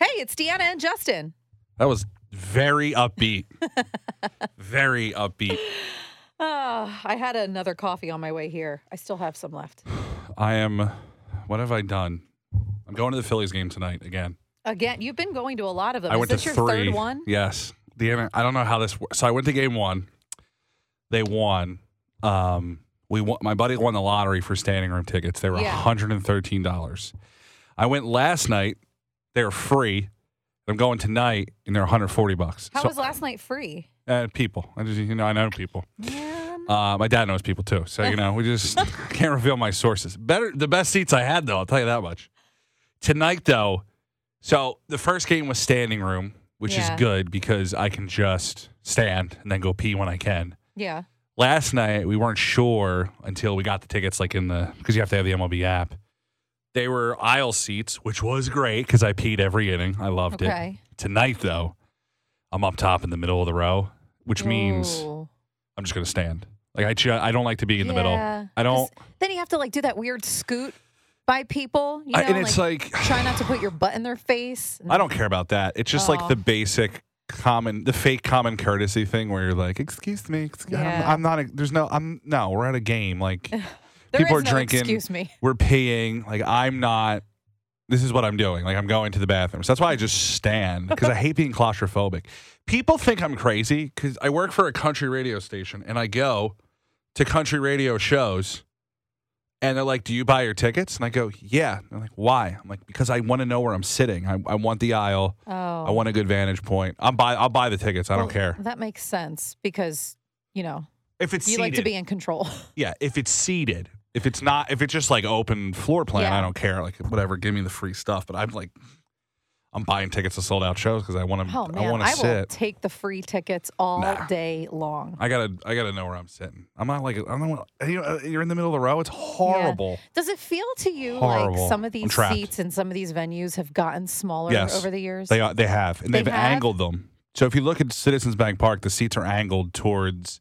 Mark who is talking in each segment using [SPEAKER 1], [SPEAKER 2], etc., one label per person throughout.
[SPEAKER 1] it's Deanna and Justin.
[SPEAKER 2] That was very upbeat. very upbeat.
[SPEAKER 1] Oh, I had another coffee on my way here. I still have some left.
[SPEAKER 2] I am. What have I done? I'm going to the Phillies game tonight again.
[SPEAKER 1] Again, you've been going to a lot of them.
[SPEAKER 2] I
[SPEAKER 1] Is
[SPEAKER 2] went
[SPEAKER 1] this
[SPEAKER 2] to
[SPEAKER 1] your
[SPEAKER 2] three.
[SPEAKER 1] third one?
[SPEAKER 2] Yes. The I don't know how this works. So I went to game one. They won. Um, we won, my buddy won the lottery for standing room tickets. They were
[SPEAKER 1] Yeah.
[SPEAKER 2] $113. I went last night. They were free. I'm going tonight, and they're 140 bucks.
[SPEAKER 1] How
[SPEAKER 2] so
[SPEAKER 1] was last night free?
[SPEAKER 2] uh, people, I just you know I know people.
[SPEAKER 1] Man.
[SPEAKER 2] Uh, my dad knows people too, so you know we just can't reveal my sources. Better the best seats I had though, I'll tell you that much. Tonight though, so the first game was standing room, which
[SPEAKER 1] Yeah.
[SPEAKER 2] is good because I can just stand and then go pee when I can.
[SPEAKER 1] Yeah.
[SPEAKER 2] Last night we weren't sure until we got the tickets like in the because you have to have the MLB app. They were aisle seats, which was great because I peed every inning. I loved
[SPEAKER 1] Okay.
[SPEAKER 2] it. Tonight though, I'm up top in the middle of the row, which means
[SPEAKER 1] Ooh.
[SPEAKER 2] I'm just gonna stand. Like I, ju- I don't like to be in the middle.
[SPEAKER 1] Yeah.
[SPEAKER 2] I don't.
[SPEAKER 1] 'Cause Then you have to like do that weird scoot by people. You know,
[SPEAKER 2] I, and it's like
[SPEAKER 1] try not to put your butt in their face.
[SPEAKER 2] I don't care about that. It's just
[SPEAKER 1] Aw.
[SPEAKER 2] like the basic common, the fake common courtesy thing where you're like, "Excuse me, excuse,
[SPEAKER 1] Yeah.
[SPEAKER 2] I'm, I'm not. A, there's no. I'm no. We're at a game. Like
[SPEAKER 1] There
[SPEAKER 2] people
[SPEAKER 1] is
[SPEAKER 2] are
[SPEAKER 1] no
[SPEAKER 2] drinking.
[SPEAKER 1] Excuse me.
[SPEAKER 2] we're peeing. Like I'm not. This is what I'm doing. Like I'm going to the bathroom. So that's why I just stand because I hate being claustrophobic. People think I'm crazy because I work for a country radio station and I go to country radio shows and they're like, "Do you buy your tickets?" And I go, "Yeah." And they're like, "Why?" I'm like, "Because I want to know where I'm sitting. I, I want the aisle.
[SPEAKER 1] Oh.
[SPEAKER 2] I want a good vantage point. I'm buy. I'll buy the tickets. I don't
[SPEAKER 1] Well,
[SPEAKER 2] care
[SPEAKER 1] That makes sense because you know
[SPEAKER 2] if it's
[SPEAKER 1] you like to be in control.
[SPEAKER 2] Yeah, if it's seated. If it's not, if it's just like open floor plan,
[SPEAKER 1] Yeah.
[SPEAKER 2] I don't care. Like whatever, give me the free stuff. But I'm like, I'm buying tickets to sold out shows because I want to.
[SPEAKER 1] Oh man,
[SPEAKER 2] I want to
[SPEAKER 1] will
[SPEAKER 2] sit.
[SPEAKER 1] take the free tickets all
[SPEAKER 2] Nah.
[SPEAKER 1] day long.
[SPEAKER 2] I gotta, I gotta know where I'm sitting. I'm not like, I don't know. You know, uh, you're in the middle of the row. It's horrible.
[SPEAKER 1] Does it feel to you
[SPEAKER 2] Horrible.
[SPEAKER 1] like some
[SPEAKER 2] I'm
[SPEAKER 1] of these
[SPEAKER 2] trapped.
[SPEAKER 1] seats and some of these venues have gotten smaller
[SPEAKER 2] Yes.
[SPEAKER 1] over the years?
[SPEAKER 2] They are, they have, and
[SPEAKER 1] They
[SPEAKER 2] they've
[SPEAKER 1] have?
[SPEAKER 2] angled them. So if you look at Citizens Bank Park, the seats are angled towards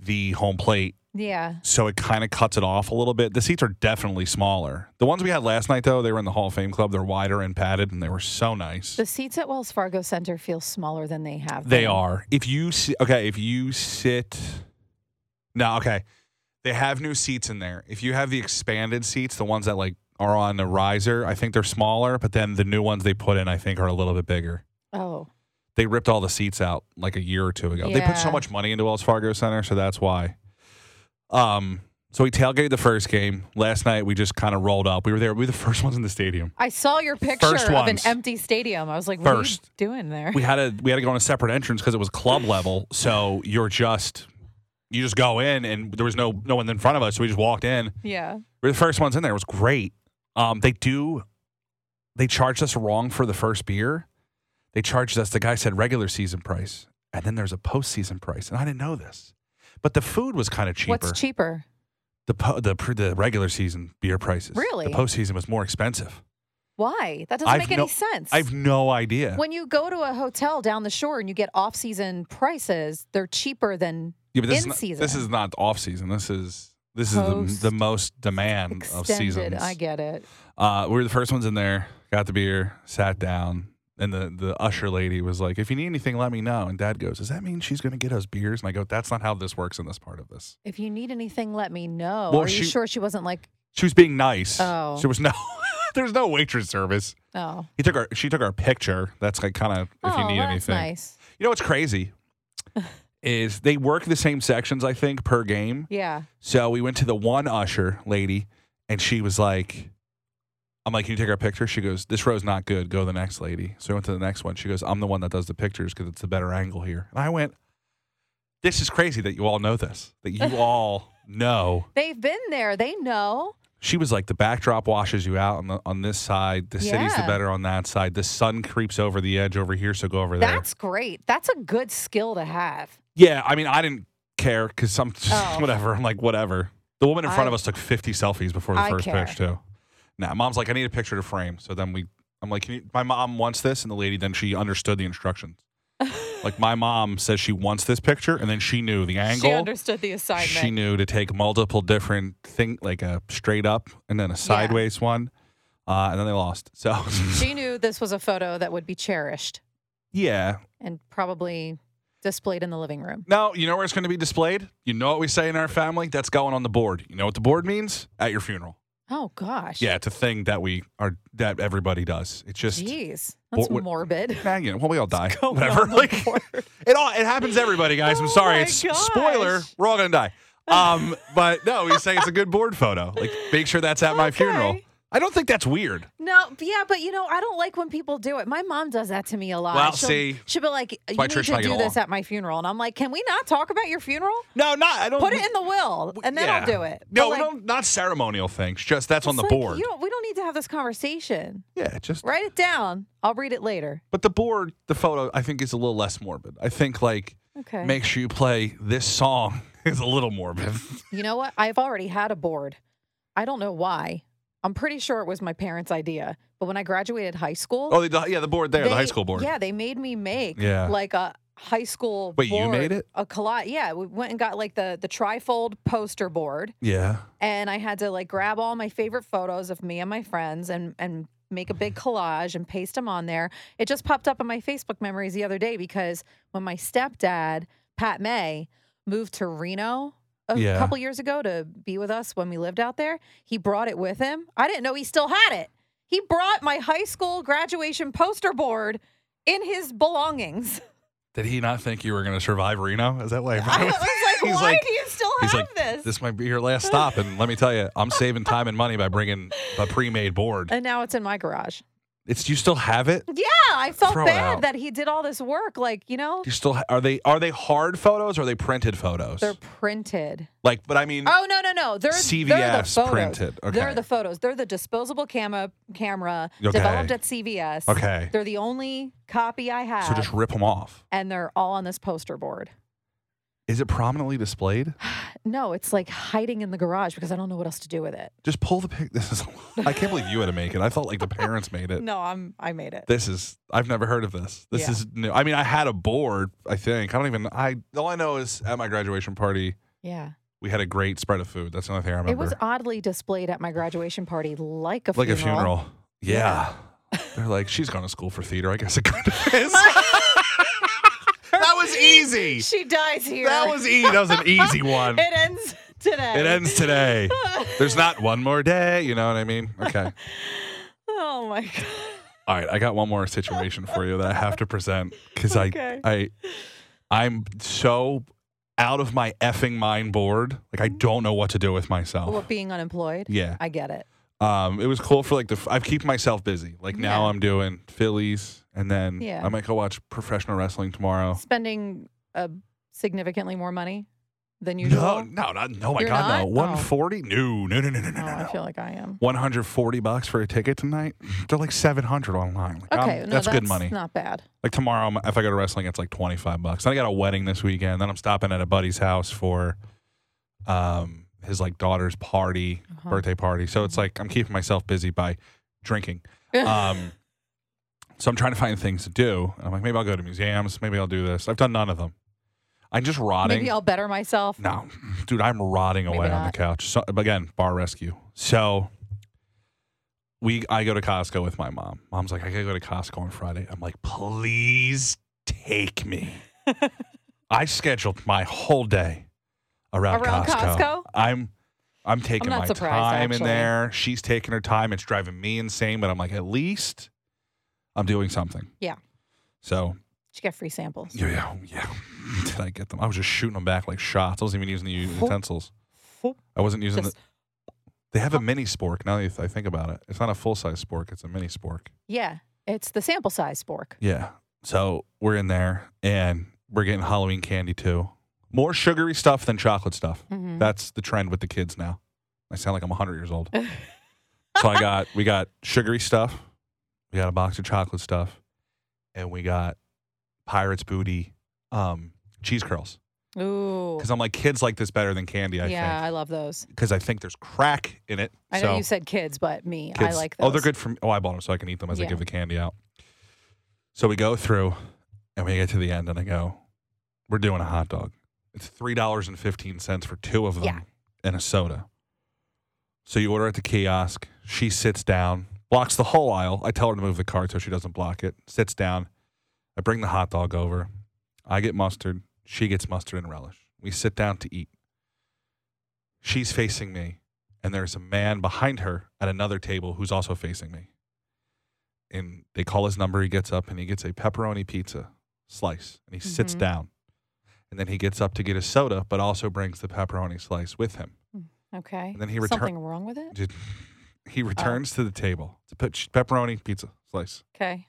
[SPEAKER 2] the home plate,
[SPEAKER 1] yeah.
[SPEAKER 2] so it kind of cuts it off a little bit. The seats are definitely smaller. The ones we had last night, though, they were in the Hall of Fame Club. They're wider and padded, and they were so nice.
[SPEAKER 1] The seats at Wells Fargo Center feel smaller than they have.
[SPEAKER 2] They
[SPEAKER 1] been.
[SPEAKER 2] are. If you si- okay, if you sit, no, okay, they have new seats in there. If you have the expanded seats, the ones that like are on the riser, I think they're smaller. But then the new ones they put in, I think, are a little bit bigger.
[SPEAKER 1] Oh,
[SPEAKER 2] They ripped all the seats out like a year or two ago. They put so
[SPEAKER 1] Yeah.
[SPEAKER 2] much money into Wells Fargo Center, so that's why. Um. So we tailgated the first game last night. We just kind of rolled up. We were there. We were the first ones in the stadium.
[SPEAKER 1] I saw your picture
[SPEAKER 2] First
[SPEAKER 1] of an
[SPEAKER 2] ones.
[SPEAKER 1] empty stadium. I was like, what
[SPEAKER 2] First.
[SPEAKER 1] are you doing there?
[SPEAKER 2] we had to we had to go on a separate entrance because it was club level. So you're just you just go in, and there was no no one in front of us. So we just walked in.
[SPEAKER 1] yeah.
[SPEAKER 2] We were the first ones in there. It was great. Um, they do they charged us wrong for the first beer. They charged us. The guy said regular season price, and then there's a postseason price, and I didn't know this. But the food was kind of cheaper.
[SPEAKER 1] What's cheaper?
[SPEAKER 2] the po- the pr- the regular season beer prices.
[SPEAKER 1] Really?
[SPEAKER 2] the postseason was more expensive.
[SPEAKER 1] Why? That doesn't
[SPEAKER 2] I've
[SPEAKER 1] make
[SPEAKER 2] no-
[SPEAKER 1] any sense.
[SPEAKER 2] I've no idea.
[SPEAKER 1] when you go to a hotel down the shore and you get off-season prices, they're cheaper than
[SPEAKER 2] Yeah, but
[SPEAKER 1] in
[SPEAKER 2] this, is not,
[SPEAKER 1] season.
[SPEAKER 2] this is not off season. This is this is
[SPEAKER 1] Post-
[SPEAKER 2] the, the most demand of
[SPEAKER 1] extended.
[SPEAKER 2] seasons.
[SPEAKER 1] I get it.
[SPEAKER 2] uh, we were the first ones in there. Got the beer, sat down, and the the usher lady was like, "If you need anything, let me know." And Dad goes, "Does that mean she's going to get us beers?" And I go, "That's not how this works in this part of this."
[SPEAKER 1] If you need anything, let me know.
[SPEAKER 2] Well,
[SPEAKER 1] Are you
[SPEAKER 2] she-
[SPEAKER 1] sure she wasn't like,
[SPEAKER 2] She was being nice.
[SPEAKER 1] Oh.
[SPEAKER 2] There was no there was no waitress service.
[SPEAKER 1] oh,
[SPEAKER 2] He took our she took our picture. That's like kind of if
[SPEAKER 1] oh,
[SPEAKER 2] you need
[SPEAKER 1] well, that's
[SPEAKER 2] anything.
[SPEAKER 1] nice.
[SPEAKER 2] You know what's crazy is they work the same sections I think per game.
[SPEAKER 1] Yeah.
[SPEAKER 2] So we went to the one usher lady, and she was like, I'm like, can you take our picture? She goes, this row's not good. Go to the next lady. So we went to the next one. She goes, I'm the one that does the pictures because it's the better angle here. And I went, this is crazy that you all know this, that you all know.
[SPEAKER 1] They've been there. They know.
[SPEAKER 2] She was like, the backdrop washes you out on, the, on this side. The city's the
[SPEAKER 1] Yeah.
[SPEAKER 2] better on that side. The sun creeps over the edge over here, so go over there.
[SPEAKER 1] That's great. That's a good skill to have.
[SPEAKER 2] Yeah, I mean, I didn't care because some
[SPEAKER 1] Oh.
[SPEAKER 2] whatever. I'm like, whatever. The woman in front
[SPEAKER 1] I-
[SPEAKER 2] of us took 50 selfies before the
[SPEAKER 1] I
[SPEAKER 2] first
[SPEAKER 1] care.
[SPEAKER 2] pitch too. Nah, mom's like, I need a picture to frame. So then we, I'm like, Can you, my mom wants this, and the lady then she understood the instructions. like my mom says she wants this picture, and then she knew the
[SPEAKER 1] She
[SPEAKER 2] angle.
[SPEAKER 1] understood the assignment.
[SPEAKER 2] She knew to take multiple different thing, like a straight up and then a sideways one. uh, and then they lost. So
[SPEAKER 1] She knew this was a photo that would be cherished
[SPEAKER 2] yeah,
[SPEAKER 1] and probably displayed in the living room.
[SPEAKER 2] Now, you know where it's going to be displayed? You know what we say in our family? That's going on the board. You know what the board means? At your funeral.
[SPEAKER 1] Oh gosh.
[SPEAKER 2] Yeah, it's a thing that we are that everybody does. It's just
[SPEAKER 1] Jeez. That's
[SPEAKER 2] Bo- what-
[SPEAKER 1] morbid.
[SPEAKER 2] Nah, you know, well, we all die.
[SPEAKER 1] Going
[SPEAKER 2] Whatever.
[SPEAKER 1] on the
[SPEAKER 2] Like
[SPEAKER 1] board.
[SPEAKER 2] it all it happens to everybody, guys. I'm
[SPEAKER 1] Oh
[SPEAKER 2] sorry.
[SPEAKER 1] my
[SPEAKER 2] It's
[SPEAKER 1] gosh.
[SPEAKER 2] spoiler. We're all gonna die. Um, but no, he's saying it's a good board photo. Like make sure that's at my
[SPEAKER 1] Okay.
[SPEAKER 2] funeral. I don't think that's weird.
[SPEAKER 1] No, but yeah, but you know, I don't like when people do it. My mom does that to me a lot.
[SPEAKER 2] Well,
[SPEAKER 1] she'll,
[SPEAKER 2] see,
[SPEAKER 1] she'll be like, "You
[SPEAKER 2] why
[SPEAKER 1] need
[SPEAKER 2] Trish and I
[SPEAKER 1] to
[SPEAKER 2] get
[SPEAKER 1] do this
[SPEAKER 2] along.
[SPEAKER 1] at my funeral," and I'm like, "Can we not talk about your funeral?
[SPEAKER 2] No, not I don't
[SPEAKER 1] Put it in the will, and then I'll
[SPEAKER 2] yeah.
[SPEAKER 1] do it." But,
[SPEAKER 2] No,
[SPEAKER 1] like,
[SPEAKER 2] no, not ceremonial things. Just that's on
[SPEAKER 1] it's
[SPEAKER 2] the
[SPEAKER 1] like,
[SPEAKER 2] board.
[SPEAKER 1] You don't, we don't need to have this conversation.
[SPEAKER 2] Yeah, just
[SPEAKER 1] Write it down. I'll read it later.
[SPEAKER 2] but the board, the photo, I think is a little less morbid. I think like
[SPEAKER 1] Okay.
[SPEAKER 2] make sure you play this song is a little morbid.
[SPEAKER 1] you know what? I've already had a board. I don't know why. I'm pretty sure it was my parents' idea. But when I graduated high school,
[SPEAKER 2] oh, the, yeah, the board there, the high
[SPEAKER 1] they-
[SPEAKER 2] school board.
[SPEAKER 1] Yeah, they made me make
[SPEAKER 2] Yeah.
[SPEAKER 1] like a high school.
[SPEAKER 2] Wait, you
[SPEAKER 1] board,
[SPEAKER 2] made it?
[SPEAKER 1] A collage. Yeah, we went and got like the the trifold poster board,
[SPEAKER 2] Yeah.
[SPEAKER 1] and I had to like grab all my favorite photos of me and my friends and and make a big collage and paste them on there. It just popped up in my Facebook memories the other day because when my stepdad Pat May moved to Reno. A
[SPEAKER 2] Yeah.
[SPEAKER 1] couple years ago to be with us when we lived out there, he brought it with him. I didn't know he still had it. He brought my high school graduation poster board in his belongings.
[SPEAKER 2] Did he not think you were going to survive Reno? Is that like
[SPEAKER 1] I was like,
[SPEAKER 2] He's
[SPEAKER 1] why
[SPEAKER 2] like-
[SPEAKER 1] do you still
[SPEAKER 2] he's
[SPEAKER 1] have
[SPEAKER 2] like,
[SPEAKER 1] this?
[SPEAKER 2] this might be your last stop? And let me tell you, I'm saving time and money by bringing a pre-made board.
[SPEAKER 1] And now it's in my garage.
[SPEAKER 2] It's you still have it? Do
[SPEAKER 1] Yeah, I felt
[SPEAKER 2] Throw it out.
[SPEAKER 1] bad that he did all this work. Like, you know,
[SPEAKER 2] you still ha- are they are they hard photos or are they printed photos?
[SPEAKER 1] they're printed.
[SPEAKER 2] like, but I mean,
[SPEAKER 1] Oh, no, no, no. They're, they're the
[SPEAKER 2] CVS
[SPEAKER 1] photos.
[SPEAKER 2] printed. Okay.
[SPEAKER 1] They're the photos. They're the disposable camera, camera
[SPEAKER 2] Okay.
[SPEAKER 1] developed at CVS.
[SPEAKER 2] okay.
[SPEAKER 1] They're the only copy I have.
[SPEAKER 2] so just rip them off.
[SPEAKER 1] and they're all on this poster board.
[SPEAKER 2] Is it prominently displayed?
[SPEAKER 1] No, it's like hiding in the garage because I don't know what else to do with it.
[SPEAKER 2] Just pull the pic. This is. I can't believe you had to make it. I felt like the parents made it.
[SPEAKER 1] No, I'm I made it.
[SPEAKER 2] this is I've never heard of this. This
[SPEAKER 1] Yeah.
[SPEAKER 2] is new. I mean, I had a board. I think I don't even. I all I know is at my graduation party
[SPEAKER 1] Yeah.
[SPEAKER 2] we had a great spread of food. That's the only thing I remember.
[SPEAKER 1] It was oddly displayed at my graduation party like a
[SPEAKER 2] like
[SPEAKER 1] funeral.
[SPEAKER 2] a funeral. Yeah. They're like, she's gone to school for theater. I guess it kind of is. that was easy.
[SPEAKER 1] She dies here.
[SPEAKER 2] That was easy. That was an easy one.
[SPEAKER 1] It ends today.
[SPEAKER 2] It ends today. There's not one more day. You know what I mean? Okay.
[SPEAKER 1] Oh my god.
[SPEAKER 2] All right, I got one more situation for you that I have to present because
[SPEAKER 1] Okay.
[SPEAKER 2] I, I, I'm so out of my effing mind bored. Like
[SPEAKER 1] Mm-hmm.
[SPEAKER 2] I don't know what to do with myself.
[SPEAKER 1] Well, being unemployed.
[SPEAKER 2] Oh. yeah.
[SPEAKER 1] I get it.
[SPEAKER 2] Um, it was cool for like the. f- I've keep myself busy. Like now
[SPEAKER 1] Yeah.
[SPEAKER 2] I'm doing Phillies, and then
[SPEAKER 1] Yeah.
[SPEAKER 2] I might go watch professional wrestling tomorrow.
[SPEAKER 1] Spending uh, significantly more money than
[SPEAKER 2] No,
[SPEAKER 1] usual.
[SPEAKER 2] no, not, no, my
[SPEAKER 1] You're
[SPEAKER 2] God, no.
[SPEAKER 1] not? Oh.
[SPEAKER 2] 140? No, no, no, no, no, no,
[SPEAKER 1] Oh, I
[SPEAKER 2] no.
[SPEAKER 1] feel like I am.
[SPEAKER 2] 140 bucks for a ticket tonight. They're like 700 online. Like, I'm-
[SPEAKER 1] Okay, no,
[SPEAKER 2] Um, that's, good money.
[SPEAKER 1] Not bad.
[SPEAKER 2] Like tomorrow, I'm- if I go to wrestling, it's like 25 bucks. Then I got a wedding this weekend. Then I'm stopping at a buddy's house for um his like daughter's party,
[SPEAKER 1] Uh-huh.
[SPEAKER 2] birthday party. So it's like I'm keeping myself busy by drinking. Um so I'm trying to find things to do. I'm like maybe I'll go to museums, maybe I'll do this. I've done none of them. I'm just rotting.
[SPEAKER 1] Maybe I'll better myself.
[SPEAKER 2] no. Dude, I'm rotting
[SPEAKER 1] Maybe
[SPEAKER 2] away on the
[SPEAKER 1] not.
[SPEAKER 2] couch. So again, bar rescue. So we I go to Costco with my mom. Mom's like, I gotta go to Costco on Friday. I'm like, please take me. I scheduled my whole day around,
[SPEAKER 1] Around Costco?
[SPEAKER 2] I'm I'm taking
[SPEAKER 1] not
[SPEAKER 2] my
[SPEAKER 1] surprised,
[SPEAKER 2] time in
[SPEAKER 1] actually.
[SPEAKER 2] there. She's taking her time. It's driving me insane, but I'm like, at least I'm doing something.
[SPEAKER 1] Yeah.
[SPEAKER 2] So
[SPEAKER 1] Did you get free samples?
[SPEAKER 2] yeah, yeah, yeah. Did I get them? I was just shooting them back like shots. I wasn't even using the u-
[SPEAKER 1] Whoop.
[SPEAKER 2] utensils.
[SPEAKER 1] Whoop.
[SPEAKER 2] I wasn't using
[SPEAKER 1] Just-
[SPEAKER 2] the. They have a mini spork. Now that I think about it, it's not a full size spork. It's a mini spork.
[SPEAKER 1] Yeah, it's the sample size spork.
[SPEAKER 2] Yeah. So we're in there and we're getting Halloween candy too. More sugary stuff than chocolate stuff.
[SPEAKER 1] Mhm.
[SPEAKER 2] That's the trend with the kids now. I sound like I'm 100 years old. so I got we got sugary stuff, we got a box of chocolate stuff, and we got Pirates Booty um, cheese curls.
[SPEAKER 1] Ooh.
[SPEAKER 2] Because I'm like kids like this better than candy. I
[SPEAKER 1] yeah,
[SPEAKER 2] think
[SPEAKER 1] I love those.
[SPEAKER 2] because I think there's crack in it.
[SPEAKER 1] I
[SPEAKER 2] so
[SPEAKER 1] know you said kids, but me, I
[SPEAKER 2] kids-
[SPEAKER 1] like those.
[SPEAKER 2] Oh, they're good for me. Oh, I bought them so I can eat them as I
[SPEAKER 1] Yeah.
[SPEAKER 2] give the candy out. So we go through and we get to the end and I go, we're doing a hot dog. It's $3.15 for two of them
[SPEAKER 1] Yeah.
[SPEAKER 2] and a soda. So you order at the kiosk. She sits down. blocks the whole aisle. I tell her to move the cart so she doesn't block it. Sits down. I bring the hot dog over. I get mustard. She gets mustard and relish. We sit down to eat. She's facing me, and there's a man behind her at another table who's also facing me. And they call his number. He gets up and he gets a pepperoni pizza slice, and he sits
[SPEAKER 1] Mhm.
[SPEAKER 2] down. And then he gets up to get a soda, but also brings the pepperoni slice with him.
[SPEAKER 1] Okay.
[SPEAKER 2] And then he return-
[SPEAKER 1] Something wrong with it?
[SPEAKER 2] Did- He returns to the table to put sh- pepperoni pizza slice.
[SPEAKER 1] Okay.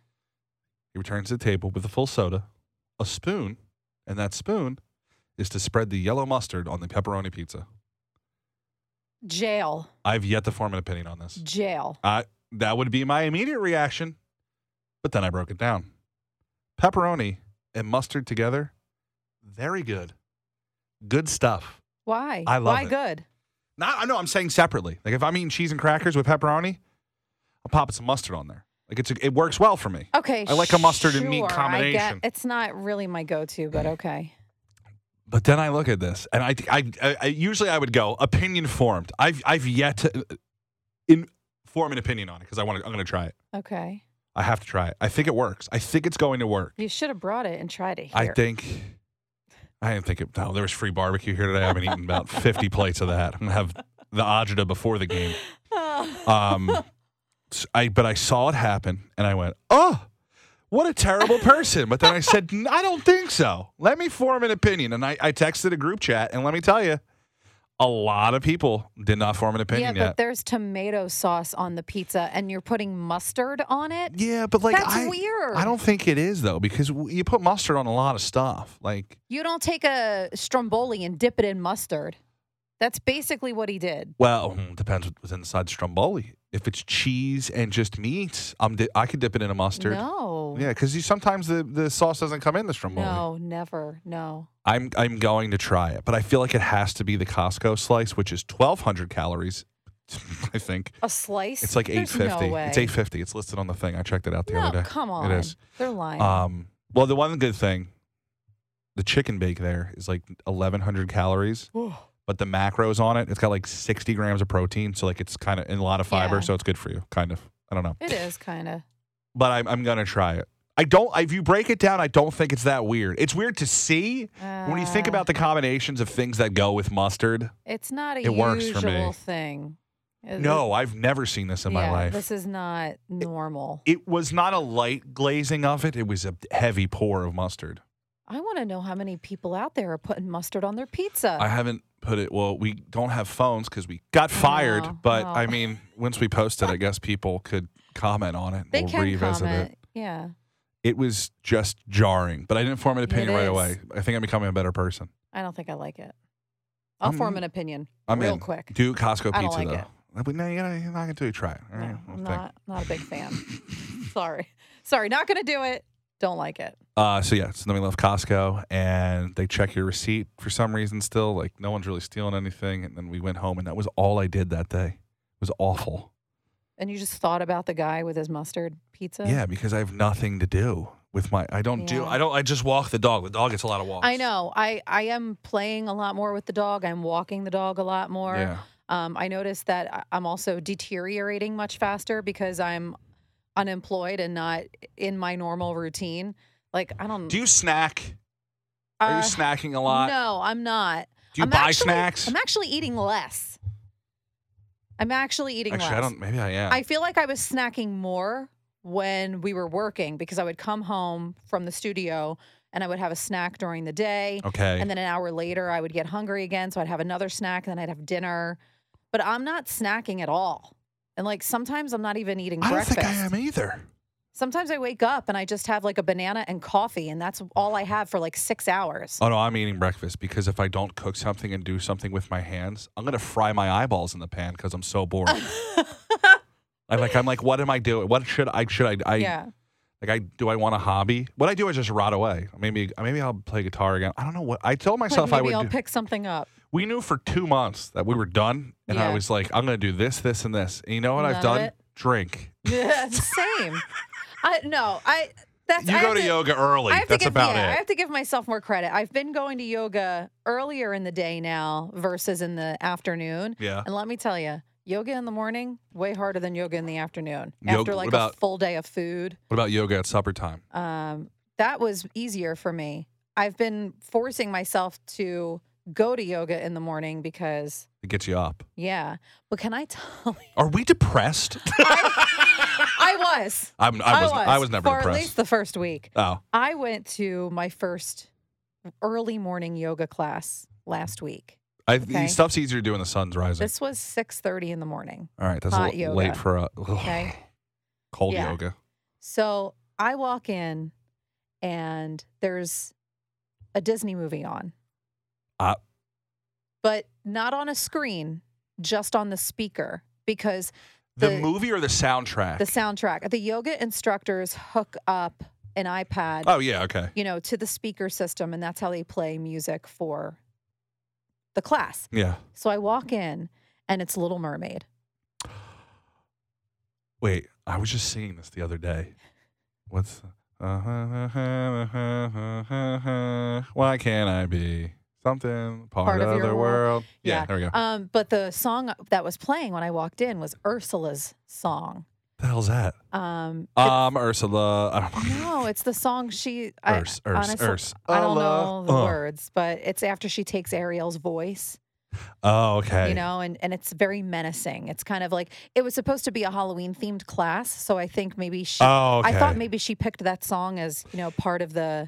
[SPEAKER 2] He returns to the table with a full soda, a spoon, and that spoon is to spread the yellow mustard on the pepperoni pizza.
[SPEAKER 1] Jail.
[SPEAKER 2] I've yet to form an opinion on this.
[SPEAKER 1] Jail.
[SPEAKER 2] That would be my immediate reaction, but then I broke it down. Pepperoni and mustard together, very good. Good stuff.
[SPEAKER 1] Why?
[SPEAKER 2] I love
[SPEAKER 1] Why
[SPEAKER 2] it.
[SPEAKER 1] good?
[SPEAKER 2] Not, I know I'm saying separately. Like if I'm eating cheese and crackers with pepperoni, I'll pop some mustard on there. Like it's a, it works well for me.
[SPEAKER 1] Okay.
[SPEAKER 2] I like a mustard
[SPEAKER 1] sure,
[SPEAKER 2] and meat
[SPEAKER 1] I get-
[SPEAKER 2] combination. Mm.
[SPEAKER 1] it's not really my go to, but okay.
[SPEAKER 2] But then I look at this, and I, I, I, I usually I would go opinion formed. I've, I've yet to uh, in, form an opinion on it because I want to. I'm going to try it.
[SPEAKER 1] Okay.
[SPEAKER 2] I have to try it. I think it works. I think it's going to work.
[SPEAKER 1] You should have brought it and tried it here.
[SPEAKER 2] I think. I didn't think it. No, there was free barbecue here today. I've been eating about 50 plates of that. I'm gonna have the ajita before the game. Um, s- I but I saw it happen, and I went, oh. What a terrible person. But then I said, "N- I don't think so. Let me form an opinion. And I, I texted a group chat, and let me tell you, a lot of people did not form an
[SPEAKER 1] yeah,
[SPEAKER 2] opinion
[SPEAKER 1] but there's tomato sauce on the pizza and you're putting mustard on it?
[SPEAKER 2] yet. Yeah, but like,
[SPEAKER 1] That's
[SPEAKER 2] I,
[SPEAKER 1] weird.
[SPEAKER 2] I don't think it is, though, because w- you put mustard on a lot of stuff. Like,
[SPEAKER 1] You don't take a stromboli and dip it in mustard. That's basically what he did.
[SPEAKER 2] Well, mm, depends what was inside Stromboli. If it's cheese and just meat, I'm di- I could dip it in a mustard.
[SPEAKER 1] No.
[SPEAKER 2] Yeah, because sometimes the, the sauce doesn't come in the Stromboli.
[SPEAKER 1] No, never. No.
[SPEAKER 2] I'm I'm going to try it, but I feel like it has to be the Costco slice, which is 1,200 calories. I think
[SPEAKER 1] A slice?
[SPEAKER 2] it's like
[SPEAKER 1] There's
[SPEAKER 2] 850.
[SPEAKER 1] No way.
[SPEAKER 2] It's 850. It's listed on the thing. I checked it out the
[SPEAKER 1] No,
[SPEAKER 2] other day.
[SPEAKER 1] come on.
[SPEAKER 2] is.
[SPEAKER 1] They're lying.
[SPEAKER 2] Um, well, the one good thing, the chicken bake there is like 1,100 calories. but the macros on it, it's got like 60 grams of protein. So, like, it's kind of and a lot of fiber.
[SPEAKER 1] Yeah.
[SPEAKER 2] So, it's good for you, kind of. I don't know.
[SPEAKER 1] it is kind of.
[SPEAKER 2] But I'm, I'm going to try it. I don't, if you break it down, I don't think it's that weird. It's weird to see when you think about
[SPEAKER 1] Ah.
[SPEAKER 2] the combinations of things that go with mustard.
[SPEAKER 1] uh, It's not a
[SPEAKER 2] It works for me.
[SPEAKER 1] usual thing. Is
[SPEAKER 2] No, I've never seen this
[SPEAKER 1] it-
[SPEAKER 2] in my
[SPEAKER 1] yeah,
[SPEAKER 2] life.
[SPEAKER 1] This is not normal.
[SPEAKER 2] it was not a light glazing of it, it was a heavy pour of mustard.
[SPEAKER 1] I want to know how many people out there are putting mustard on their pizza.
[SPEAKER 2] I haven't put it, well, we don't have phones because we got fired.
[SPEAKER 1] No,
[SPEAKER 2] but
[SPEAKER 1] no.
[SPEAKER 2] I mean, once we post it, I guess people could comment on it.
[SPEAKER 1] they
[SPEAKER 2] we'll
[SPEAKER 1] can
[SPEAKER 2] revisit it.
[SPEAKER 1] comment. Yeah,
[SPEAKER 2] it was just jarring, but I didn't form an
[SPEAKER 1] It
[SPEAKER 2] opinion right
[SPEAKER 1] is.
[SPEAKER 2] away. I think I'm becoming a better person.
[SPEAKER 1] I don't think I like it. I'll form
[SPEAKER 2] I'm-
[SPEAKER 1] an opinion
[SPEAKER 2] I'm
[SPEAKER 1] real
[SPEAKER 2] in.
[SPEAKER 1] quick.
[SPEAKER 2] Do Costco
[SPEAKER 1] I don't
[SPEAKER 2] pizza
[SPEAKER 1] like
[SPEAKER 2] though.
[SPEAKER 1] it.
[SPEAKER 2] Uh, But no, you gotta, you're not gonna do it. Try it. All
[SPEAKER 1] No,
[SPEAKER 2] right, we'll
[SPEAKER 1] I'm
[SPEAKER 2] think.
[SPEAKER 1] not not a big fan. Sorry, sorry, not gonna do it. Don't like it.
[SPEAKER 2] Uh, so yeah, so then we left Costco, and they check your receipt for some reason. Still, like no one's really stealing anything. And then we went home, and that was all I did that day. It was awful.
[SPEAKER 1] And you just thought about the guy with his mustard pizza.
[SPEAKER 2] yeah, because I have nothing to do with my. I don't do.
[SPEAKER 1] Yeah.
[SPEAKER 2] I don't. I just walk the dog. The dog gets a lot of walks.
[SPEAKER 1] I know. I I am playing a lot more with the dog. I'm walking the dog a lot more.
[SPEAKER 2] Yeah.
[SPEAKER 1] Um, I noticed that I- I'm also deteriorating much faster because I'm unemployed and not in my normal routine. Like I don't.
[SPEAKER 2] Do you snack? Are
[SPEAKER 1] uh,
[SPEAKER 2] you snacking a lot?
[SPEAKER 1] No, I'm not.
[SPEAKER 2] do you
[SPEAKER 1] I'm
[SPEAKER 2] buy
[SPEAKER 1] actually-
[SPEAKER 2] snacks?
[SPEAKER 1] I'm actually eating less. I'm actually eating
[SPEAKER 2] Actually,
[SPEAKER 1] less.
[SPEAKER 2] I don't. Maybe I am.
[SPEAKER 1] I feel like I was snacking more when we were working because I would come home from the studio and I would have a snack during the day.
[SPEAKER 2] okay.
[SPEAKER 1] And then an hour later, I would get hungry again. So I'd have another snack and then I'd have dinner. But I'm not snacking at all. And like sometimes I'm not even eating
[SPEAKER 2] I don't
[SPEAKER 1] breakfast.
[SPEAKER 2] think I am either.
[SPEAKER 1] Sometimes I wake up and I just have like a banana and coffee, and that's all I have for like six hours.
[SPEAKER 2] Oh no, I'm eating breakfast because if I don't cook something and do something with my hands, I'm gonna fry my eyeballs in the pan because I'm so bored. I'm like, I'm like, what am I doing? What should I? Should I? I
[SPEAKER 1] yeah.
[SPEAKER 2] like, I do I want a hobby? What I do is just rot away. Maybe maybe I'll play guitar again. I don't know what I told
[SPEAKER 1] Like,
[SPEAKER 2] myself
[SPEAKER 1] maybe
[SPEAKER 2] I would.
[SPEAKER 1] I'll
[SPEAKER 2] do-
[SPEAKER 1] pick something up.
[SPEAKER 2] we knew for two months that we were done, and I
[SPEAKER 1] Yeah.
[SPEAKER 2] was like, I'm gonna do this, this, and this. And you know what
[SPEAKER 1] None
[SPEAKER 2] I've
[SPEAKER 1] of
[SPEAKER 2] done?
[SPEAKER 1] it.
[SPEAKER 2] Drink.
[SPEAKER 1] Yeah, Same. I no. I that's
[SPEAKER 2] You
[SPEAKER 1] I
[SPEAKER 2] go
[SPEAKER 1] have
[SPEAKER 2] to, yoga early.
[SPEAKER 1] I have
[SPEAKER 2] That's
[SPEAKER 1] to give,
[SPEAKER 2] about
[SPEAKER 1] yeah, I
[SPEAKER 2] it.
[SPEAKER 1] have to give myself more credit. I've been going to yoga earlier in the day now versus in the afternoon.
[SPEAKER 2] yeah.
[SPEAKER 1] And let me tell you, yoga in the morning way harder than yoga in the afternoon.
[SPEAKER 2] Yoga-
[SPEAKER 1] After
[SPEAKER 2] what
[SPEAKER 1] like
[SPEAKER 2] about-
[SPEAKER 1] a full day of food,
[SPEAKER 2] What about yoga at supper time?
[SPEAKER 1] um, that was easier for me. I've been forcing myself to go to yoga in the morning because
[SPEAKER 2] It gets you up.
[SPEAKER 1] yeah. But can I tell you?
[SPEAKER 2] Are we depressed?
[SPEAKER 1] I was.
[SPEAKER 2] I'm, I, was, I was never
[SPEAKER 1] for at
[SPEAKER 2] depressed.
[SPEAKER 1] least the first week.
[SPEAKER 2] Oh,
[SPEAKER 1] I went to my first early morning yoga class last week.
[SPEAKER 2] I,
[SPEAKER 1] Okay.
[SPEAKER 2] stuff's easier to do when the sun's rising.
[SPEAKER 1] This was 6:30 in the morning.
[SPEAKER 2] All right, that's a
[SPEAKER 1] hot
[SPEAKER 2] little
[SPEAKER 1] yoga.
[SPEAKER 2] late for a
[SPEAKER 1] Okay.
[SPEAKER 2] cold
[SPEAKER 1] Yeah.
[SPEAKER 2] yoga.
[SPEAKER 1] So I walk in and there's a Disney movie on.
[SPEAKER 2] Ah.
[SPEAKER 1] But not on a screen, just on the speaker because
[SPEAKER 2] The,
[SPEAKER 1] The-
[SPEAKER 2] movie or the soundtrack?
[SPEAKER 1] the soundtrack, the yoga instructors hook up an iPad,
[SPEAKER 2] oh yeah, okay,
[SPEAKER 1] you know, to the speaker system and that's how they play music for the class.
[SPEAKER 2] yeah.
[SPEAKER 1] So I walk in and it's Little Mermaid.
[SPEAKER 2] Wait, I was just singing this the other day. What's why can't I be something part,
[SPEAKER 1] Part
[SPEAKER 2] of,
[SPEAKER 1] of your
[SPEAKER 2] the
[SPEAKER 1] world.
[SPEAKER 2] world? Yeah,
[SPEAKER 1] Yeah.
[SPEAKER 2] there we go.
[SPEAKER 1] Um, but the song that was playing when I walked in was Ursula's song.
[SPEAKER 2] the hell's that?
[SPEAKER 1] Um,
[SPEAKER 2] Um, Ursula. I don't
[SPEAKER 1] No, it's the song she. I,
[SPEAKER 2] Urs, Urs,
[SPEAKER 1] honestly,
[SPEAKER 2] Urs.
[SPEAKER 1] I don't know
[SPEAKER 2] Allah.
[SPEAKER 1] the
[SPEAKER 2] Uh.
[SPEAKER 1] words, but it's after she takes Ariel's voice,
[SPEAKER 2] Oh, okay.
[SPEAKER 1] you know, and, and it's very menacing. It's kind of like it was supposed to be a Halloween themed class, so I think maybe she.
[SPEAKER 2] oh, okay.
[SPEAKER 1] I thought maybe she picked that song as you know part of the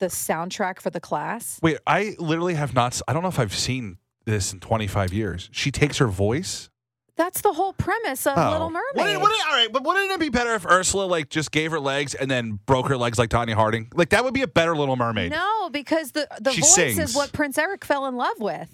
[SPEAKER 1] the soundtrack for the class.
[SPEAKER 2] Wait, I literally have not. s- I don't know if I've seen this in 25 years. She takes her voice.
[SPEAKER 1] That's the whole premise of
[SPEAKER 2] Oh.
[SPEAKER 1] Little Mermaid.
[SPEAKER 2] Wouldn't, wouldn't- all right, but wouldn't it be better if Ursula like just gave her legs and then broke her legs like Tanya Harding? Like that would be a better Little Mermaid.
[SPEAKER 1] No, because the the
[SPEAKER 2] She
[SPEAKER 1] voice
[SPEAKER 2] sings.
[SPEAKER 1] is what Prince Eric fell in love with.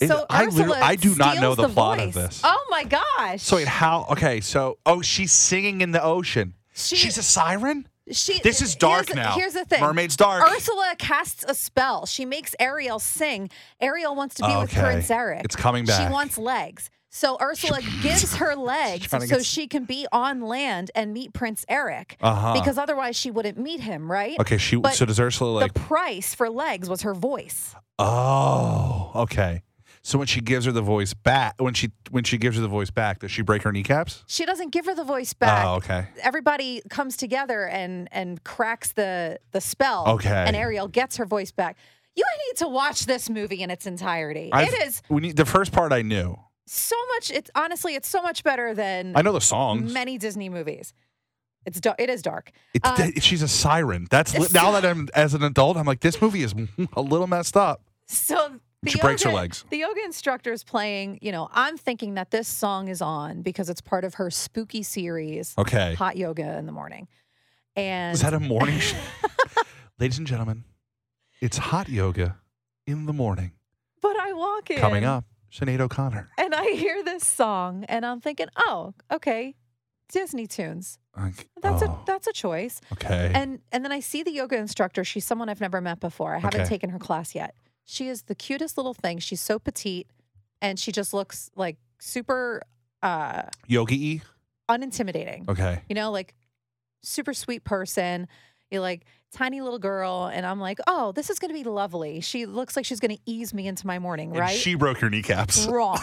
[SPEAKER 2] It-
[SPEAKER 1] So
[SPEAKER 2] I
[SPEAKER 1] Ursula
[SPEAKER 2] literally- I do not
[SPEAKER 1] steals
[SPEAKER 2] know the plot of
[SPEAKER 1] voice.
[SPEAKER 2] this.
[SPEAKER 1] Oh my gosh!
[SPEAKER 2] So wait, how? Okay, so oh, she's singing in the ocean.
[SPEAKER 1] She-
[SPEAKER 2] she's a siren.
[SPEAKER 1] She,
[SPEAKER 2] This is dark
[SPEAKER 1] here's,
[SPEAKER 2] now.
[SPEAKER 1] Here's the thing.
[SPEAKER 2] Mermaid's dark.
[SPEAKER 1] Ursula casts a spell. She makes Ariel sing. Ariel wants to be with
[SPEAKER 2] Okay.
[SPEAKER 1] Prince Eric.
[SPEAKER 2] It's coming back.
[SPEAKER 1] She wants legs. So Ursula gives her legs
[SPEAKER 2] trying to
[SPEAKER 1] so
[SPEAKER 2] get-
[SPEAKER 1] she can be on land and meet Prince Eric.
[SPEAKER 2] Uh-huh.
[SPEAKER 1] Because otherwise she wouldn't meet him, right?
[SPEAKER 2] Okay, she.
[SPEAKER 1] But
[SPEAKER 2] so does Ursula like?
[SPEAKER 1] the price for legs was her voice.
[SPEAKER 2] oh, okay. So when she gives her the voice back, when she when she gives her the voice back, does she break her kneecaps?
[SPEAKER 1] She doesn't give her the voice back.
[SPEAKER 2] Oh, okay.
[SPEAKER 1] Everybody comes together and and cracks the the spell.
[SPEAKER 2] Okay.
[SPEAKER 1] And Ariel gets her voice back. You need to watch this movie in its entirety.
[SPEAKER 2] I've-
[SPEAKER 1] it is
[SPEAKER 2] We need the first part. I knew.
[SPEAKER 1] so much. It's honestly, it's so much better than
[SPEAKER 2] I know the songs.
[SPEAKER 1] many Disney movies. It's da- it is dark.
[SPEAKER 2] It,
[SPEAKER 1] Uh,
[SPEAKER 2] th- she's a siren. That's li- now that I'm as an adult, I'm like this movie is a little messed up.
[SPEAKER 1] So the
[SPEAKER 2] She breaks her
[SPEAKER 1] yoga-
[SPEAKER 2] legs.
[SPEAKER 1] The yoga instructor is playing. You know, I'm thinking that this song is on because it's part of her spooky series,
[SPEAKER 2] Okay,
[SPEAKER 1] Hot Yoga in the Morning. And
[SPEAKER 2] is that a morning? sh- Ladies and gentlemen, it's hot yoga in the morning.
[SPEAKER 1] but I walk in
[SPEAKER 2] Coming up, Sinead O'Connor.
[SPEAKER 1] and I hear this song, and I'm thinking, oh, okay, Disney tunes.
[SPEAKER 2] Like,
[SPEAKER 1] That's
[SPEAKER 2] oh,
[SPEAKER 1] a that's a choice.
[SPEAKER 2] okay.
[SPEAKER 1] And and then I see the yoga instructor. She's someone I've never met before. I haven't
[SPEAKER 2] Okay.
[SPEAKER 1] taken her class yet. She is the cutest little thing. She's so petite and she just looks like super uh
[SPEAKER 2] Yogi.
[SPEAKER 1] unintimidating.
[SPEAKER 2] Okay.
[SPEAKER 1] You know, like super sweet person. You're like tiny little girl and I'm like, "Oh, this is going to be lovely. She looks like she's going to ease me into my morning,
[SPEAKER 2] And
[SPEAKER 1] right?"
[SPEAKER 2] she broke your kneecaps.
[SPEAKER 1] Wrong.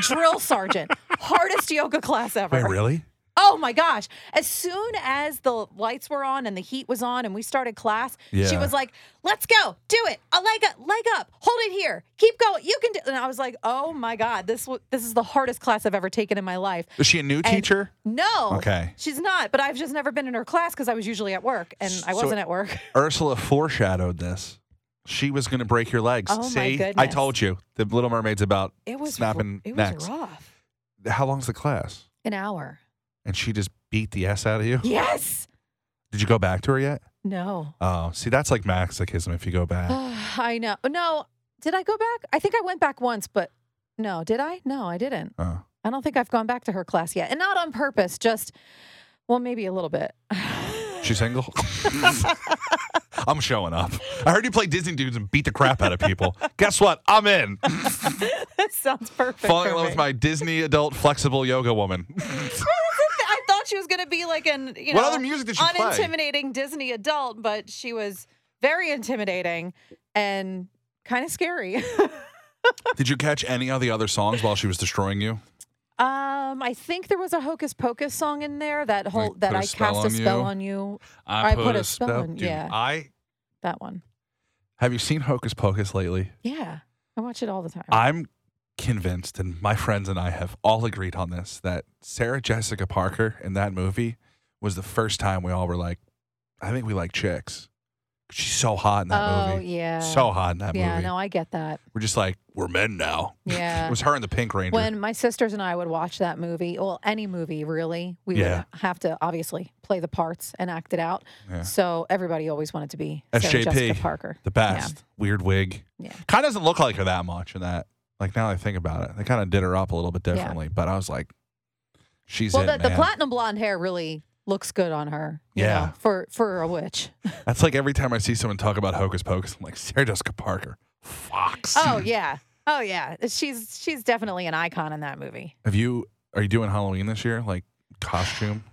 [SPEAKER 1] Drill sergeant. Hardest yoga class ever.
[SPEAKER 2] Wait, really?
[SPEAKER 1] Oh my gosh. As soon as the lights were on and the heat was on and we started class, she
[SPEAKER 2] Yeah.
[SPEAKER 1] was like, let's go, do it. A leg up, leg up, hold it here, keep going. You can do And I was like, oh my God, this, wa- this is the hardest class I've ever taken in my life.
[SPEAKER 2] Is she a new
[SPEAKER 1] And-
[SPEAKER 2] teacher?
[SPEAKER 1] No.
[SPEAKER 2] Okay.
[SPEAKER 1] She's not, but I've just never been in her class because I was usually at work and I
[SPEAKER 2] So-
[SPEAKER 1] wasn't at work.
[SPEAKER 2] Ursula foreshadowed this. She was going to break your legs.
[SPEAKER 1] Oh my
[SPEAKER 2] See, I
[SPEAKER 1] goodness.
[SPEAKER 2] told you. The Little Mermaid's about
[SPEAKER 1] It was,
[SPEAKER 2] snapping
[SPEAKER 1] it was
[SPEAKER 2] necks.
[SPEAKER 1] rough.
[SPEAKER 2] How long's the class?
[SPEAKER 1] An hour.
[SPEAKER 2] And she just beat the s out of you.
[SPEAKER 1] Yes.
[SPEAKER 2] Did you go back to her yet?
[SPEAKER 1] No.
[SPEAKER 2] Oh, see, that's like masochism. If you go back,
[SPEAKER 1] I know. No. Did I go back? I think I went back once, but no, did I? No, I didn't.
[SPEAKER 2] oh.
[SPEAKER 1] I don't think I've gone back to her class yet. And not on purpose, just, well, maybe a little bit.
[SPEAKER 2] she's single. I'm showing up. I heard you play Disney dudes and beat the crap out of people. Guess what? I'm in.
[SPEAKER 1] that sounds perfect.
[SPEAKER 2] Falling
[SPEAKER 1] for
[SPEAKER 2] in love with
[SPEAKER 1] me.
[SPEAKER 2] my Disney adult flexible yoga woman.
[SPEAKER 1] I thought she was going to be like an, you know,
[SPEAKER 2] What other music did she play?
[SPEAKER 1] unintimidating Disney adult, but she was very intimidating and kind of scary.
[SPEAKER 2] Did you catch any of the other songs while she was destroying you?
[SPEAKER 1] Um, I think there was a Hocus Pocus song in there that whole
[SPEAKER 2] Like,
[SPEAKER 1] that
[SPEAKER 2] Put a
[SPEAKER 1] I
[SPEAKER 2] Spell
[SPEAKER 1] cast a
[SPEAKER 2] on
[SPEAKER 1] spell
[SPEAKER 2] You?
[SPEAKER 1] on you. I put a spell on-
[SPEAKER 2] dude,
[SPEAKER 1] yeah.
[SPEAKER 2] I
[SPEAKER 1] That one.
[SPEAKER 2] have you seen Hocus Pocus lately?
[SPEAKER 1] Yeah, I watch it all the time.
[SPEAKER 2] I'm convinced, and my friends and I have all agreed on this, that Sarah Jessica Parker in that movie was the first time we all were like, I think we like chicks. She's so hot in that
[SPEAKER 1] oh
[SPEAKER 2] movie.
[SPEAKER 1] yeah.
[SPEAKER 2] So hot in that
[SPEAKER 1] yeah,
[SPEAKER 2] movie.
[SPEAKER 1] no, I get that.
[SPEAKER 2] We're just like, we're men now.
[SPEAKER 1] Yeah.
[SPEAKER 2] It was her and the Pink Ranger.
[SPEAKER 1] When my sisters and I would watch that movie, well, any movie really, we
[SPEAKER 2] Yeah.
[SPEAKER 1] would have to obviously play the parts and act it out.
[SPEAKER 2] Yeah.
[SPEAKER 1] So everybody always wanted to be Sarah
[SPEAKER 2] SJP.
[SPEAKER 1] Jessica Parker.
[SPEAKER 2] the best. Weird wig.
[SPEAKER 1] Yeah.
[SPEAKER 2] Kind of doesn't look like her that much in that. Like now that I think about it, they kind of did her up a little bit
[SPEAKER 1] Yeah.
[SPEAKER 2] differently. But I was like, she's
[SPEAKER 1] well,
[SPEAKER 2] it,
[SPEAKER 1] the, the
[SPEAKER 2] man.
[SPEAKER 1] platinum blonde hair really looks good on her. you
[SPEAKER 2] Yeah.
[SPEAKER 1] know, for for a witch.
[SPEAKER 2] That's like every time I see someone talk about Hocus Pocus, I'm like Sarah Jessica Parker, Fox.
[SPEAKER 1] Oh yeah. Oh yeah. She's she's definitely an icon in that movie.
[SPEAKER 2] Have you? Are you doing Halloween this year? Like costume?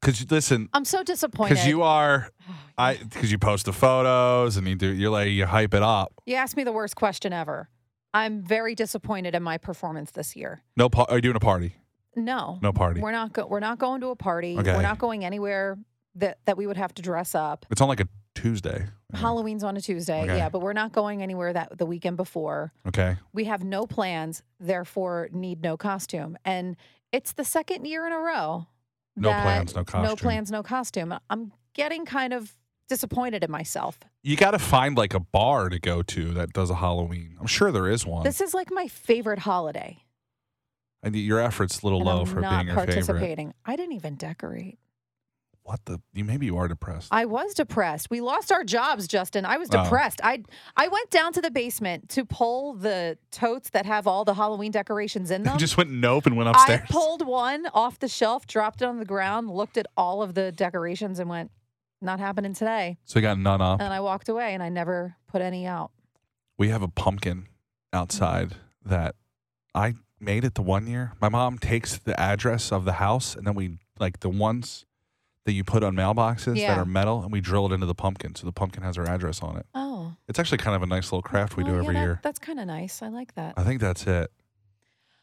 [SPEAKER 2] Because listen,
[SPEAKER 1] I'm so disappointed.
[SPEAKER 2] because you are,
[SPEAKER 1] Oh,
[SPEAKER 2] I because you post the photos and you do, you're like you hype it up.
[SPEAKER 1] you asked me the worst question ever. I'm very disappointed in my performance this year.
[SPEAKER 2] No, pa- are you doing a party?
[SPEAKER 1] No.
[SPEAKER 2] No party.
[SPEAKER 1] We're not go- we're not going to a party.
[SPEAKER 2] Okay.
[SPEAKER 1] We're not going anywhere that that we would have to dress up.
[SPEAKER 2] It's on like a Tuesday.
[SPEAKER 1] Halloween's on a Tuesday.
[SPEAKER 2] Okay.
[SPEAKER 1] Yeah, but we're not going anywhere that the weekend before.
[SPEAKER 2] Okay.
[SPEAKER 1] We have no plans, therefore need no costume. And it's the second year in a row.
[SPEAKER 2] No
[SPEAKER 1] that
[SPEAKER 2] plans, no costume.
[SPEAKER 1] No plans, no costume. I'm getting kind of disappointed in myself.
[SPEAKER 2] You got to find like a bar to go to that does a Halloween. I'm sure there is one.
[SPEAKER 1] This is like my favorite holiday.
[SPEAKER 2] and your effort's a little
[SPEAKER 1] and
[SPEAKER 2] low
[SPEAKER 1] I'm
[SPEAKER 2] for
[SPEAKER 1] not
[SPEAKER 2] being your favorite.
[SPEAKER 1] participating. I didn't even decorate.
[SPEAKER 2] What the? You maybe you are depressed.
[SPEAKER 1] I was depressed. We lost our jobs, Justin. I was
[SPEAKER 2] Oh.
[SPEAKER 1] depressed. I I went down to the basement to pull the totes that have all the Halloween decorations in them.
[SPEAKER 2] just went nope and went upstairs.
[SPEAKER 1] I pulled one off the shelf, dropped it on the ground, looked at all of the decorations, and went, "Not happening today."
[SPEAKER 2] so we got none up.
[SPEAKER 1] And I walked away, and I never put any out.
[SPEAKER 2] we have a pumpkin outside that I made it the one year. My mom takes the address of the house and then we like the ones that you put on mailboxes
[SPEAKER 1] Yeah.
[SPEAKER 2] that are metal and we drill it into the pumpkin. So the pumpkin has her address on it.
[SPEAKER 1] Oh,
[SPEAKER 2] It's actually kind of a nice little craft we
[SPEAKER 1] well,
[SPEAKER 2] do
[SPEAKER 1] Oh, yeah,
[SPEAKER 2] every
[SPEAKER 1] that-
[SPEAKER 2] year.
[SPEAKER 1] That's kind of nice. I like that.
[SPEAKER 2] I think that's it.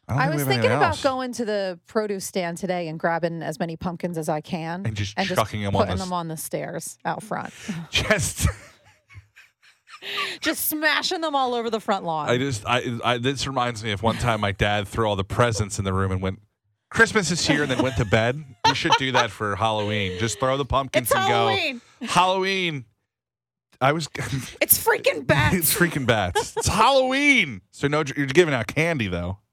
[SPEAKER 2] I, don't
[SPEAKER 1] I
[SPEAKER 2] think we
[SPEAKER 1] was
[SPEAKER 2] have
[SPEAKER 1] thinking
[SPEAKER 2] anything
[SPEAKER 1] about
[SPEAKER 2] else.
[SPEAKER 1] going to the produce stand today and grabbing as many pumpkins as I can
[SPEAKER 2] and just
[SPEAKER 1] and just
[SPEAKER 2] chucking them on
[SPEAKER 1] putting
[SPEAKER 2] the
[SPEAKER 1] them on the stairs out front.
[SPEAKER 2] chest.
[SPEAKER 1] just smashing them all over the front lawn.
[SPEAKER 2] I just I, I this reminds me of one time my dad threw all the presents in the room and went Christmas is here and then went to bed. You should do that for Halloween. Just throw the pumpkins
[SPEAKER 1] it's
[SPEAKER 2] and
[SPEAKER 1] Halloween.
[SPEAKER 2] go. Halloween. I was it's
[SPEAKER 1] It's freaking bats.
[SPEAKER 2] freaking bats. It's Halloween. So no you're giving out candy though.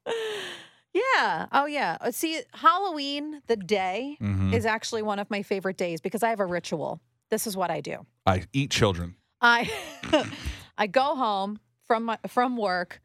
[SPEAKER 1] yeah. Oh yeah. Uh, See, Halloween the day
[SPEAKER 2] Mhm.
[SPEAKER 1] is actually one of my favorite days because I have a ritual. This is what I do.
[SPEAKER 2] I eat children.
[SPEAKER 1] I I go home from my, from work.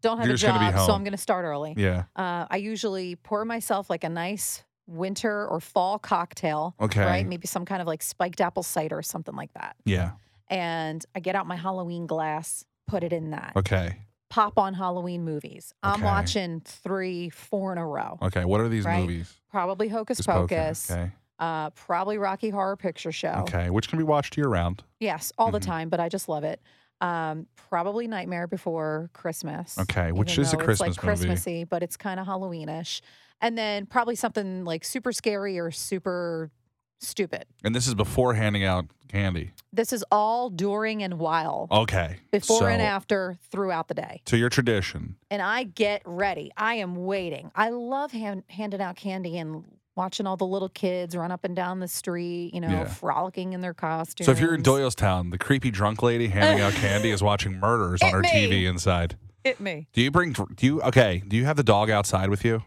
[SPEAKER 1] Don't have
[SPEAKER 2] You're
[SPEAKER 1] a
[SPEAKER 2] just gonna be
[SPEAKER 1] job, so
[SPEAKER 2] home.
[SPEAKER 1] I'm going to start early.
[SPEAKER 2] Yeah.
[SPEAKER 1] Uh, I usually pour myself like a nice winter or fall cocktail,
[SPEAKER 2] Okay.
[SPEAKER 1] right? Maybe some kind of like spiked apple cider or something like that.
[SPEAKER 2] Yeah.
[SPEAKER 1] And I get out my Halloween glass, put it in that,
[SPEAKER 2] Okay.
[SPEAKER 1] pop on Halloween movies. I'm
[SPEAKER 2] Okay.
[SPEAKER 1] watching three, four in a row.
[SPEAKER 2] Okay. What are these
[SPEAKER 1] Right.
[SPEAKER 2] movies?
[SPEAKER 1] Probably Hocus
[SPEAKER 2] Just poking.
[SPEAKER 1] Pocus,
[SPEAKER 2] Okay.
[SPEAKER 1] uh, probably Rocky Horror Picture Show.
[SPEAKER 2] Okay. Which can be watched year round.
[SPEAKER 1] Yes, all the
[SPEAKER 2] Mhm.
[SPEAKER 1] time, but I just love it. Um, probably Nightmare Before Christmas.
[SPEAKER 2] Okay, which
[SPEAKER 1] even
[SPEAKER 2] is a
[SPEAKER 1] though
[SPEAKER 2] Christmas
[SPEAKER 1] it's like
[SPEAKER 2] movie.
[SPEAKER 1] Christmassy, but it's kind of Halloweenish. And then probably something like super scary or super stupid.
[SPEAKER 2] And this is before handing out candy.
[SPEAKER 1] This is all during and while,
[SPEAKER 2] Okay.
[SPEAKER 1] before and
[SPEAKER 2] Oh, so-
[SPEAKER 1] after, throughout the day.
[SPEAKER 2] So your tradition.
[SPEAKER 1] And I get ready. I am waiting. I love hand, handing out candy and watching all the little kids run up and down the street, you know,
[SPEAKER 2] Yeah.
[SPEAKER 1] frolicking in their costumes.
[SPEAKER 2] So if you're in Doylestown, the creepy drunk lady handing out candy is watching murders on
[SPEAKER 1] Hit
[SPEAKER 2] her
[SPEAKER 1] me.
[SPEAKER 2] TV inside.
[SPEAKER 1] hit me.
[SPEAKER 2] Do you bring? Do you okay? Do you have the dog outside with you?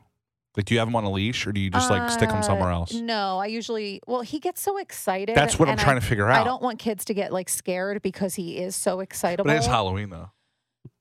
[SPEAKER 2] Like, do you have him on a leash, or do you just like stick him
[SPEAKER 1] Uh,
[SPEAKER 2] somewhere else?
[SPEAKER 1] No, I usually well, he gets so excited.
[SPEAKER 2] That's what I'm
[SPEAKER 1] and I-
[SPEAKER 2] trying to figure out.
[SPEAKER 1] I don't want kids to get like scared because he is so excitable.
[SPEAKER 2] but it is Halloween though.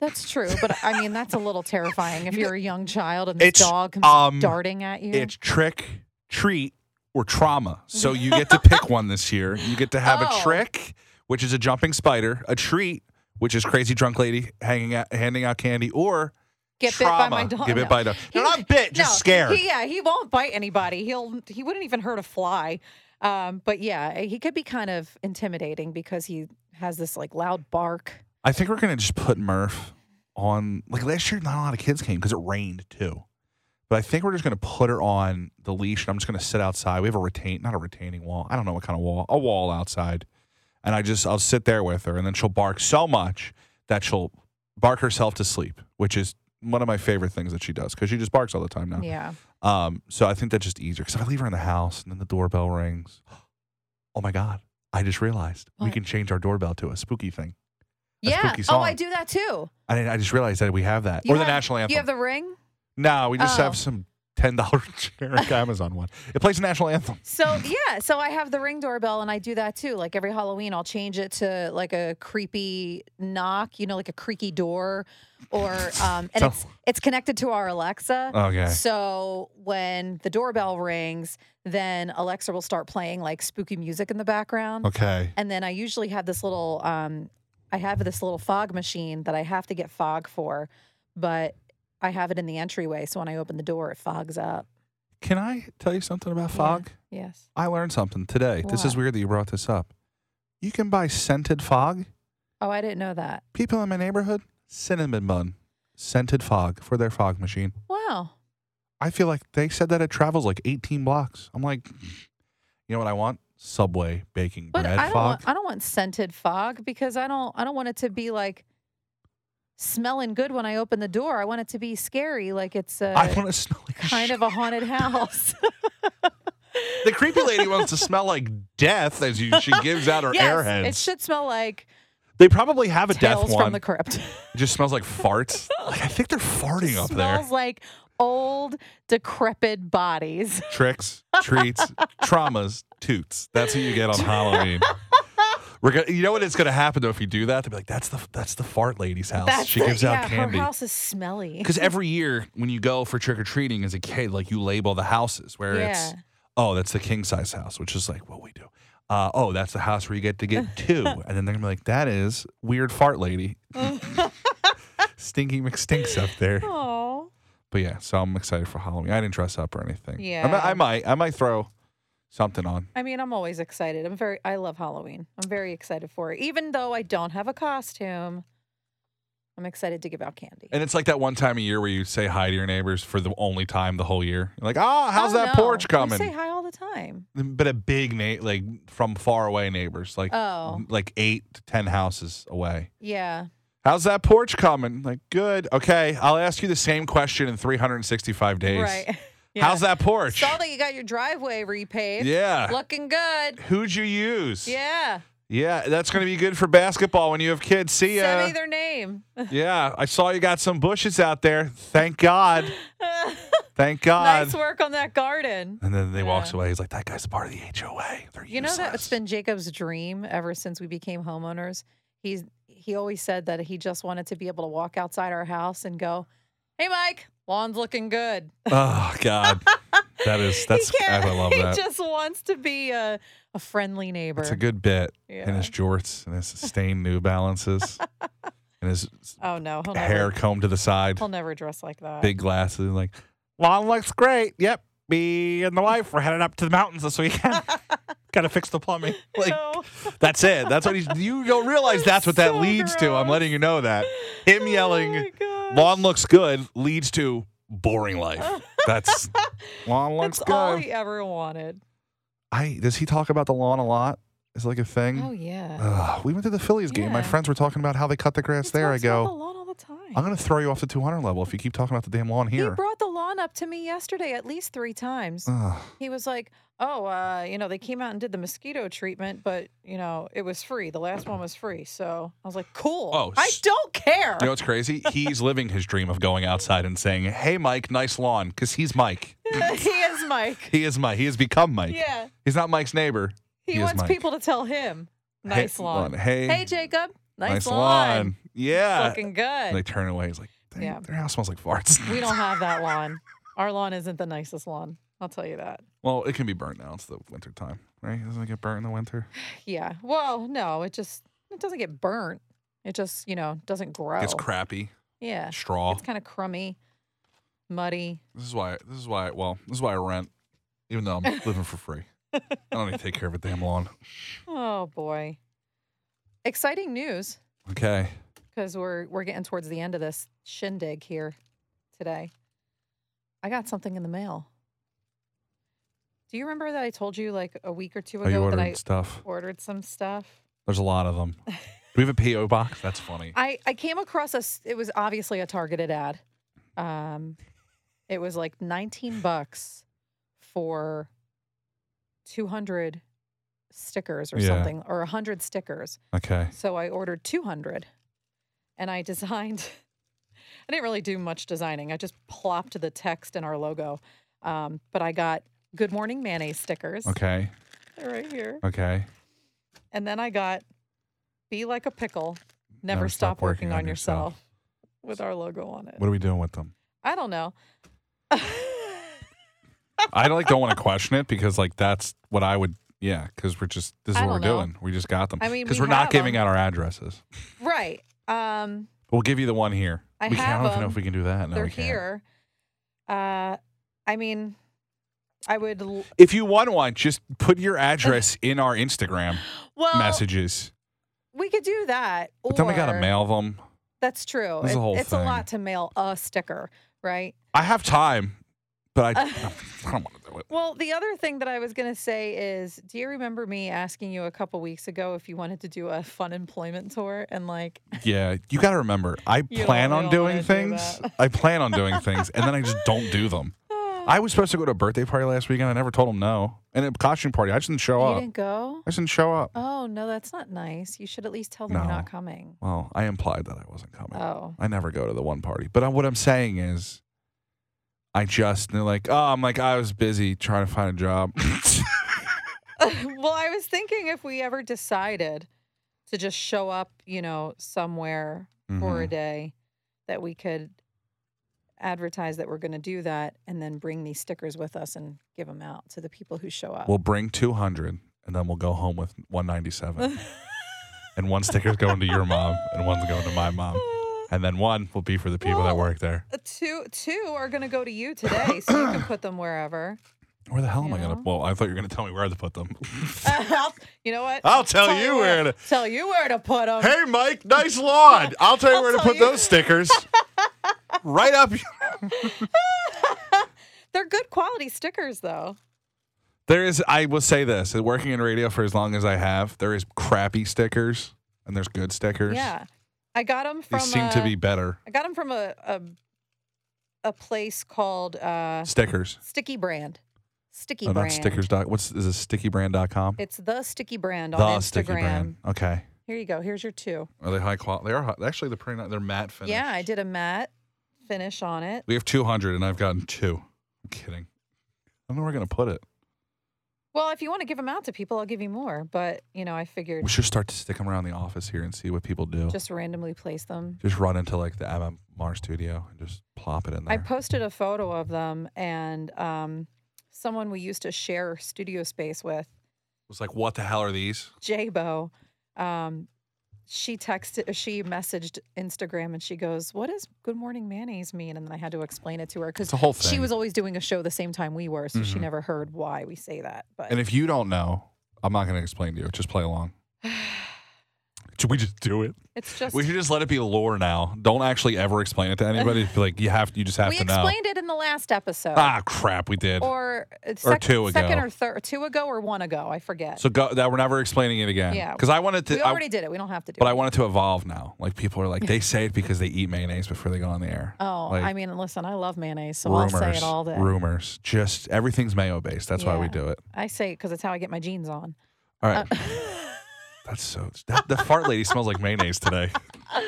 [SPEAKER 1] That's true, but I mean that's a little terrifying if you're a young child and
[SPEAKER 2] It's,
[SPEAKER 1] this dog comes
[SPEAKER 2] um,
[SPEAKER 1] darting at you.
[SPEAKER 2] It's trick, treat, or trauma. So you get to pick one this year. You get to have
[SPEAKER 1] Oh.
[SPEAKER 2] a trick, which is a jumping spider, a treat, which is crazy drunk lady hanging out, handing out candy, or
[SPEAKER 1] Get
[SPEAKER 2] trauma.
[SPEAKER 1] bit by my dog.
[SPEAKER 2] Get bit
[SPEAKER 1] No.
[SPEAKER 2] by a dog.
[SPEAKER 1] He-
[SPEAKER 2] No, not bit, just
[SPEAKER 1] no,
[SPEAKER 2] scared.
[SPEAKER 1] He, yeah, he won't bite anybody. He'll he wouldn't even hurt a fly. Um, but yeah, he could be kind of intimidating because he has this like loud bark.
[SPEAKER 2] I think we're gonna just put Murph on like last year. Not a lot of kids came because it rained too. But I think we're just gonna put her on the leash, and I'm just gonna sit outside. We have a retain, not a retaining wall. I don't know what kind of wall, a wall outside, and I just I'll sit there with her, and then she'll bark so much that she'll bark herself to sleep, which is one of my favorite things that she does because she just barks all the time now.
[SPEAKER 1] Yeah.
[SPEAKER 2] Um, so I think that's just easier because if I leave her in the house and then the doorbell rings, oh my god! I just realized we
[SPEAKER 1] What?
[SPEAKER 2] can change our doorbell to a spooky thing. A
[SPEAKER 1] Yeah.
[SPEAKER 2] spooky
[SPEAKER 1] Oh, I
[SPEAKER 2] song.
[SPEAKER 1] do that too.
[SPEAKER 2] I didn't, I just realized that we have that
[SPEAKER 1] You
[SPEAKER 2] or the
[SPEAKER 1] have-
[SPEAKER 2] national anthem.
[SPEAKER 1] You have the ring.
[SPEAKER 2] no, we just
[SPEAKER 1] Oh.
[SPEAKER 2] have some ten dollar generic Amazon one. It plays the national anthem.
[SPEAKER 1] So yeah, so I have the ring doorbell and I do that too. Like every Halloween, I'll change it to like a creepy knock, you know, like a creaky door, or um, and
[SPEAKER 2] So-
[SPEAKER 1] it's it's connected to our Alexa.
[SPEAKER 2] Okay.
[SPEAKER 1] So when the doorbell rings, then Alexa will start playing like spooky music in the background.
[SPEAKER 2] Okay.
[SPEAKER 1] And then I usually have this little, um, I have this little fog machine that I have to get fog for, but I have it in the entryway. So when I open the door, it fogs up.
[SPEAKER 2] Can I tell you something about fog?
[SPEAKER 1] Yes.
[SPEAKER 2] I learned something today. This is
[SPEAKER 1] What?
[SPEAKER 2] weird that you brought this up. You can buy scented fog.
[SPEAKER 1] Oh, I didn't know that.
[SPEAKER 2] People in my neighborhood, cinnamon bun, scented fog for their fog machine.
[SPEAKER 1] Wow.
[SPEAKER 2] I feel like they said that it travels like 18 blocks. I'm like, you know what I want? Subway baking
[SPEAKER 1] But
[SPEAKER 2] bread
[SPEAKER 1] I don't
[SPEAKER 2] fog.
[SPEAKER 1] want I don't want scented fog because I don't I don't want it to be like smelling good when I open the door. I want it to be scary, like it's a,
[SPEAKER 2] I want to smell like
[SPEAKER 1] kind of a haunted house.
[SPEAKER 2] The creepy lady wants to smell like death as you, she gives out her
[SPEAKER 1] yes,
[SPEAKER 2] airheads.
[SPEAKER 1] It should smell like
[SPEAKER 2] they probably have a death
[SPEAKER 1] tales
[SPEAKER 2] one.
[SPEAKER 1] from the crypt.
[SPEAKER 2] It just smells like farts. like I think they're farting up
[SPEAKER 1] smells
[SPEAKER 2] there.
[SPEAKER 1] like old decrepit bodies.
[SPEAKER 2] Tricks, treats, traumas, toots. That's what you get on Halloween. We're gonna, you know what it's gonna happen though if you do that? They'll be like, that's the that's the fart lady's house.
[SPEAKER 1] That's
[SPEAKER 2] she
[SPEAKER 1] the-
[SPEAKER 2] gives out
[SPEAKER 1] yeah,
[SPEAKER 2] candy.
[SPEAKER 1] Her house is smelly.
[SPEAKER 2] Because every year when you go for trick or treating as a kid, like you label the houses where it's
[SPEAKER 1] Yeah.
[SPEAKER 2] oh that's the king size house, which is like what we do. Uh, oh, that's the house where you get to get two, and then they're gonna be like that is weird fart lady, stinky McStinks up there.
[SPEAKER 1] Oh.
[SPEAKER 2] But yeah, so I'm excited for Halloween. I didn't dress up or anything. I
[SPEAKER 1] Yeah.
[SPEAKER 2] mi- I, might I might throw something on.
[SPEAKER 1] I mean, I'm always excited. I'm very I love Halloween. I'm very excited for it. Even though I don't have a costume, I'm excited to give out candy.
[SPEAKER 2] And it's like that one time a year where you say hi to your neighbors for the only time the whole year. You're like, oh, how's
[SPEAKER 1] Oh,
[SPEAKER 2] that
[SPEAKER 1] no.
[SPEAKER 2] porch
[SPEAKER 1] We
[SPEAKER 2] coming?
[SPEAKER 1] say hi all the time.
[SPEAKER 2] but a big na- like from far away neighbors, like mm-hmm.
[SPEAKER 1] Oh,
[SPEAKER 2] like eight to ten houses away.
[SPEAKER 1] yeah.
[SPEAKER 2] How's that porch coming? Like, good. Okay, I'll ask you the same question in 365 days.
[SPEAKER 1] Right.
[SPEAKER 2] How's that porch?
[SPEAKER 1] Saw that you got your driveway repaved.
[SPEAKER 2] yeah.
[SPEAKER 1] Looking good.
[SPEAKER 2] Who'd you use?
[SPEAKER 1] Yeah.
[SPEAKER 2] Yeah, that's going to be good for basketball when you have kids. See ya.
[SPEAKER 1] Send me their name.
[SPEAKER 2] yeah, I saw you got some bushes out there. Thank God. Thank God.
[SPEAKER 1] nice work on that garden.
[SPEAKER 2] and then they walks
[SPEAKER 1] Yeah.
[SPEAKER 2] away. He's like, that guy's a part of the HOA. They're
[SPEAKER 1] You know that it's
[SPEAKER 2] useless."
[SPEAKER 1] been Jacob's dream ever since we became homeowners. He's he always said that he just wanted to be able to walk outside our house and go, "Hey, Mike, lawn's looking good."
[SPEAKER 2] Oh God, that is
[SPEAKER 1] He
[SPEAKER 2] that's
[SPEAKER 1] can't-
[SPEAKER 2] I love
[SPEAKER 1] he
[SPEAKER 2] that.
[SPEAKER 1] just wants to be a, a friendly neighbor.
[SPEAKER 2] It's a good bit. And
[SPEAKER 1] Yeah.
[SPEAKER 2] his jorts and his stained New Balances and his
[SPEAKER 1] oh no, he'll never,
[SPEAKER 2] hair combed to the side,
[SPEAKER 1] he'll never dress like that.
[SPEAKER 2] big glasses, and like lawn looks great. Yep, me and the wife we're headed up to the mountains this weekend. Got to fix the plumbing. Like
[SPEAKER 1] No.
[SPEAKER 2] that's it. That's what he's. You don't realize that's what that
[SPEAKER 1] So
[SPEAKER 2] leads to. I'm
[SPEAKER 1] gross.
[SPEAKER 2] letting you know that him
[SPEAKER 1] Oh
[SPEAKER 2] yelling
[SPEAKER 1] my gosh.
[SPEAKER 2] lawn looks good leads to boring life. That's lawn looks
[SPEAKER 1] That's
[SPEAKER 2] good.
[SPEAKER 1] all he ever wanted.
[SPEAKER 2] I does he talk about the lawn a lot? Is it like a thing?
[SPEAKER 1] Oh yeah.
[SPEAKER 2] Ugh, we went to the Phillies game. My
[SPEAKER 1] Yeah.
[SPEAKER 2] friends were talking about how they cut the grass
[SPEAKER 1] He
[SPEAKER 2] there. I
[SPEAKER 1] talks about
[SPEAKER 2] go,
[SPEAKER 1] The lawn all the time.
[SPEAKER 2] I'm going to throw you off the 200 level if you keep talking about the damn lawn
[SPEAKER 1] He
[SPEAKER 2] here. Uh.
[SPEAKER 1] brought the lawn up to me yesterday at least three times.
[SPEAKER 2] Ugh.
[SPEAKER 1] He was like, "Oh, uh, you know, they came out and did the mosquito treatment, but you know, it was free. The last one was free." So I was like, "Cool.
[SPEAKER 2] Oh,
[SPEAKER 1] I
[SPEAKER 2] s-
[SPEAKER 1] don't care."
[SPEAKER 2] You know what's crazy? He's living his dream of going outside and saying, "Hey, Mike, nice lawn," because he's Mike.
[SPEAKER 1] he is Mike.
[SPEAKER 2] He is Mike. He has become Mike.
[SPEAKER 1] Yeah,
[SPEAKER 2] He's not Mike's neighbor.
[SPEAKER 1] he,
[SPEAKER 2] He is
[SPEAKER 1] wants
[SPEAKER 2] Mike.
[SPEAKER 1] people to tell him, "Nice
[SPEAKER 2] hey,
[SPEAKER 1] lawn.
[SPEAKER 2] Hey,
[SPEAKER 1] Hey, Jacob, nice,
[SPEAKER 2] nice
[SPEAKER 1] lawn.
[SPEAKER 2] lawn. Yeah.
[SPEAKER 1] Looking
[SPEAKER 2] And
[SPEAKER 1] good."
[SPEAKER 2] they turn away. He's like, "Dang,
[SPEAKER 1] Yeah.
[SPEAKER 2] their house smells like farts.
[SPEAKER 1] we don't have that lawn. Our lawn isn't the nicest lawn. I'll tell you that.
[SPEAKER 2] well, it can be burnt now. It's the winter time, right? Doesn't it get burnt in the winter?
[SPEAKER 1] Yeah. Well, no, it just it doesn't get burnt. It just you know doesn't grow.
[SPEAKER 2] It's crappy
[SPEAKER 1] Yeah.
[SPEAKER 2] straw.
[SPEAKER 1] It's kind of crummy, muddy.
[SPEAKER 2] This is why. This is why. Well, this is why I rent, even though I'm living for free. I don't need to take care of a damn lawn.
[SPEAKER 1] Oh boy. Exciting news
[SPEAKER 2] Okay.
[SPEAKER 1] because we're we're getting towards the end of this shindig here today. I got something in the mail. Do you remember that I told you like a week or two
[SPEAKER 2] Are Oh, you
[SPEAKER 1] ago that
[SPEAKER 2] ordering
[SPEAKER 1] I
[SPEAKER 2] stuff?
[SPEAKER 1] ordered some stuff?
[SPEAKER 2] There's a lot of them. Do we have a PO box? That's funny.
[SPEAKER 1] I I came across a s- it was obviously a targeted ad. Um it was like 19 bucks for 200 stickers or
[SPEAKER 2] Yeah.
[SPEAKER 1] something or 100 stickers.
[SPEAKER 2] Okay.
[SPEAKER 1] So I ordered 200 and I designed. I didn't really do much designing. I just plopped the text in our logo. Um, but I got Good Morning Mayonnaise stickers.
[SPEAKER 2] Okay.
[SPEAKER 1] They're right here.
[SPEAKER 2] Okay.
[SPEAKER 1] And then I got Be Like a Pickle, Never, Stop, Working, on, yourself. with our logo on it.
[SPEAKER 2] What are we doing with them?
[SPEAKER 1] I don't know.
[SPEAKER 2] I like don't want to question it because like that's what I would. Yeah, because we're just this is
[SPEAKER 1] I
[SPEAKER 2] what we're
[SPEAKER 1] don't know.
[SPEAKER 2] doing. We just got them.
[SPEAKER 1] I mean,
[SPEAKER 2] because
[SPEAKER 1] we
[SPEAKER 2] are not
[SPEAKER 1] have
[SPEAKER 2] giving
[SPEAKER 1] 'em.
[SPEAKER 2] out our addresses.
[SPEAKER 1] right. Um,
[SPEAKER 2] We'll give you the one here.
[SPEAKER 1] I
[SPEAKER 2] we can't,
[SPEAKER 1] have
[SPEAKER 2] I don't even know
[SPEAKER 1] 'em.
[SPEAKER 2] if we can do that. No,
[SPEAKER 1] they're
[SPEAKER 2] we can't.
[SPEAKER 1] here. Uh, I mean, I would. L-
[SPEAKER 2] If you want one, just put your address in our Instagram
[SPEAKER 1] well,
[SPEAKER 2] messages.
[SPEAKER 1] we could do that.
[SPEAKER 2] But then we gotta
[SPEAKER 1] or-
[SPEAKER 2] mail them.
[SPEAKER 1] That's true.
[SPEAKER 2] This is a
[SPEAKER 1] It-
[SPEAKER 2] whole
[SPEAKER 1] it's a lot to mail a sticker, right?
[SPEAKER 2] I have time, but I, I don't want to do it.
[SPEAKER 1] Well, the other thing that I was going to say is do you remember me asking you a couple weeks ago if you wanted to do a fun employment tour? And like,
[SPEAKER 2] Yeah, you got to remember. I
[SPEAKER 1] don't
[SPEAKER 2] plan
[SPEAKER 1] really
[SPEAKER 2] on doing
[SPEAKER 1] wanna do
[SPEAKER 2] things.
[SPEAKER 1] that.
[SPEAKER 2] I plan on doing things, and then I just don't do them. I was supposed to go to a birthday party last weekend. I never told them no, and a costume party. I just didn't show
[SPEAKER 1] you
[SPEAKER 2] up.
[SPEAKER 1] didn't go?
[SPEAKER 2] I just didn't show up.
[SPEAKER 1] Oh, no, that's not nice. You should at least tell them you're not
[SPEAKER 2] No.
[SPEAKER 1] coming.
[SPEAKER 2] Well, I implied that I wasn't coming.
[SPEAKER 1] Oh,
[SPEAKER 2] I never go to the one party. But uh, what I'm saying is, I just they're like, oh, I'm like I was busy trying to find a job. Mm-hmm.
[SPEAKER 1] well, I was thinking if we ever decided to just show up, you know, somewhere for a
[SPEAKER 2] Mhm.
[SPEAKER 1] day, that we could advertise that we're going to do that and then bring these stickers with us and give them out to the people who show up.
[SPEAKER 2] We'll bring 200, and then we'll go home with 197, and one sticker's going to your mom, and one's going to my mom. And then one will be for the people that
[SPEAKER 1] Well-
[SPEAKER 2] work there.
[SPEAKER 1] Uh, Two two are gonna go to you today, so you can put them wherever.
[SPEAKER 2] Where the hell am I
[SPEAKER 1] You
[SPEAKER 2] gonna?
[SPEAKER 1] know?
[SPEAKER 2] Well, I thought you were gonna tell me where to put them.
[SPEAKER 1] I'll- you know what?
[SPEAKER 2] I'll tell you where to-
[SPEAKER 1] tell you where to put them.
[SPEAKER 2] hey, Mike, nice lawn. I'll tell you
[SPEAKER 1] I'll
[SPEAKER 2] where to
[SPEAKER 1] tell
[SPEAKER 2] put
[SPEAKER 1] you.
[SPEAKER 2] those stickers. right up.
[SPEAKER 1] They're good quality stickers, though.
[SPEAKER 2] There is. I will say this: working in radio for as long as I have, there is crappy stickers and there's good stickers.
[SPEAKER 1] Yeah, I got them
[SPEAKER 2] They
[SPEAKER 1] from.
[SPEAKER 2] seem
[SPEAKER 1] a,
[SPEAKER 2] to be better
[SPEAKER 1] I got them from a a, a place called uh,
[SPEAKER 2] stickers.
[SPEAKER 1] Sticky Brand. Sticky
[SPEAKER 2] Oh,
[SPEAKER 1] Brand.
[SPEAKER 2] not stickers. Dot. What's is it? Stickybrand.com.
[SPEAKER 1] It's the Sticky Brand on
[SPEAKER 2] The
[SPEAKER 1] Instagram.
[SPEAKER 2] sticky brand. Okay.
[SPEAKER 1] Here you go. Here's your two.
[SPEAKER 2] Are they high quality? They are high, actually. They're pretty. ni- They're matte finish.
[SPEAKER 1] Yeah, I did a matte finish on it.
[SPEAKER 2] We have 200, and I've gotten two. I'm kidding. I don't know where we're gonna put it.
[SPEAKER 1] Well, if you want to give them out to people, I'll give you more. But you know, I figured
[SPEAKER 2] We should start to stick them around the office here and see what people do. Just,
[SPEAKER 1] just randomly place them.
[SPEAKER 2] run into like the MMR studio and just plop it in
[SPEAKER 1] I
[SPEAKER 2] there.
[SPEAKER 1] posted a photo of them, and um, someone we used to share studio space with,
[SPEAKER 2] was like, what the hell are these?
[SPEAKER 1] Jabo, um, she texted, uh, she messaged Instagram, and she goes, "What does Good Morning Mayonnaise mean?" And then I had to explain it to her
[SPEAKER 2] It's
[SPEAKER 1] because
[SPEAKER 2] a whole thing.
[SPEAKER 1] she was always doing a show the same time we were, so she
[SPEAKER 2] Mhm.
[SPEAKER 1] never heard why we say that. But
[SPEAKER 2] and if you don't know, I'm not gonna explain to you. Just play along. Should we just do it?
[SPEAKER 1] it's just
[SPEAKER 2] We should just let it be lore now. Don't actually ever explain it to anybody. Be like you have, you just have
[SPEAKER 1] we
[SPEAKER 2] to know.
[SPEAKER 1] explained it in the last episode.
[SPEAKER 2] Ah, crap, we did.
[SPEAKER 1] Or, uh, sec-
[SPEAKER 2] two
[SPEAKER 1] second
[SPEAKER 2] ago.
[SPEAKER 1] or third, two ago or one ago, I forget.
[SPEAKER 2] so go, that we're never explaining it again.
[SPEAKER 1] Yeah.
[SPEAKER 2] because I wanted to.
[SPEAKER 1] we
[SPEAKER 2] I-
[SPEAKER 1] already did it. We don't have to do
[SPEAKER 2] but
[SPEAKER 1] it.
[SPEAKER 2] I wanted to evolve now. Like people are like they say it because they eat mayonnaise before they go on the air.
[SPEAKER 1] Oh,
[SPEAKER 2] like,
[SPEAKER 1] I mean, listen, I love mayonnaise, so
[SPEAKER 2] rumors,
[SPEAKER 1] I'll say it all day.
[SPEAKER 2] rumors, just everything's mayo based. That's why we
[SPEAKER 1] Yeah. Uh,
[SPEAKER 2] do it.
[SPEAKER 1] I say it because it's how I get my jeans on.
[SPEAKER 2] All right. That's so. That, the fart lady smells like mayonnaise today.
[SPEAKER 1] all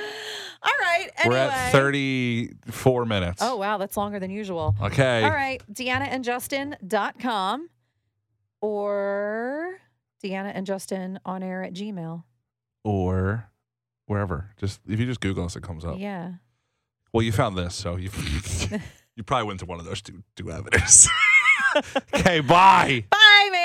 [SPEAKER 1] right. Anyway.
[SPEAKER 2] We're at 34 minutes.
[SPEAKER 1] Oh, wow. That's longer than usual.
[SPEAKER 2] Okay.
[SPEAKER 1] All right. DeannaandJustin.com or Deanna and Justin on air at Gmail.
[SPEAKER 2] Or wherever. Just if you just Google us, it comes up.
[SPEAKER 1] Yeah.
[SPEAKER 2] Well, you found this, so you you probably went to one of those two two avenues. okay. Bye.
[SPEAKER 1] Bye,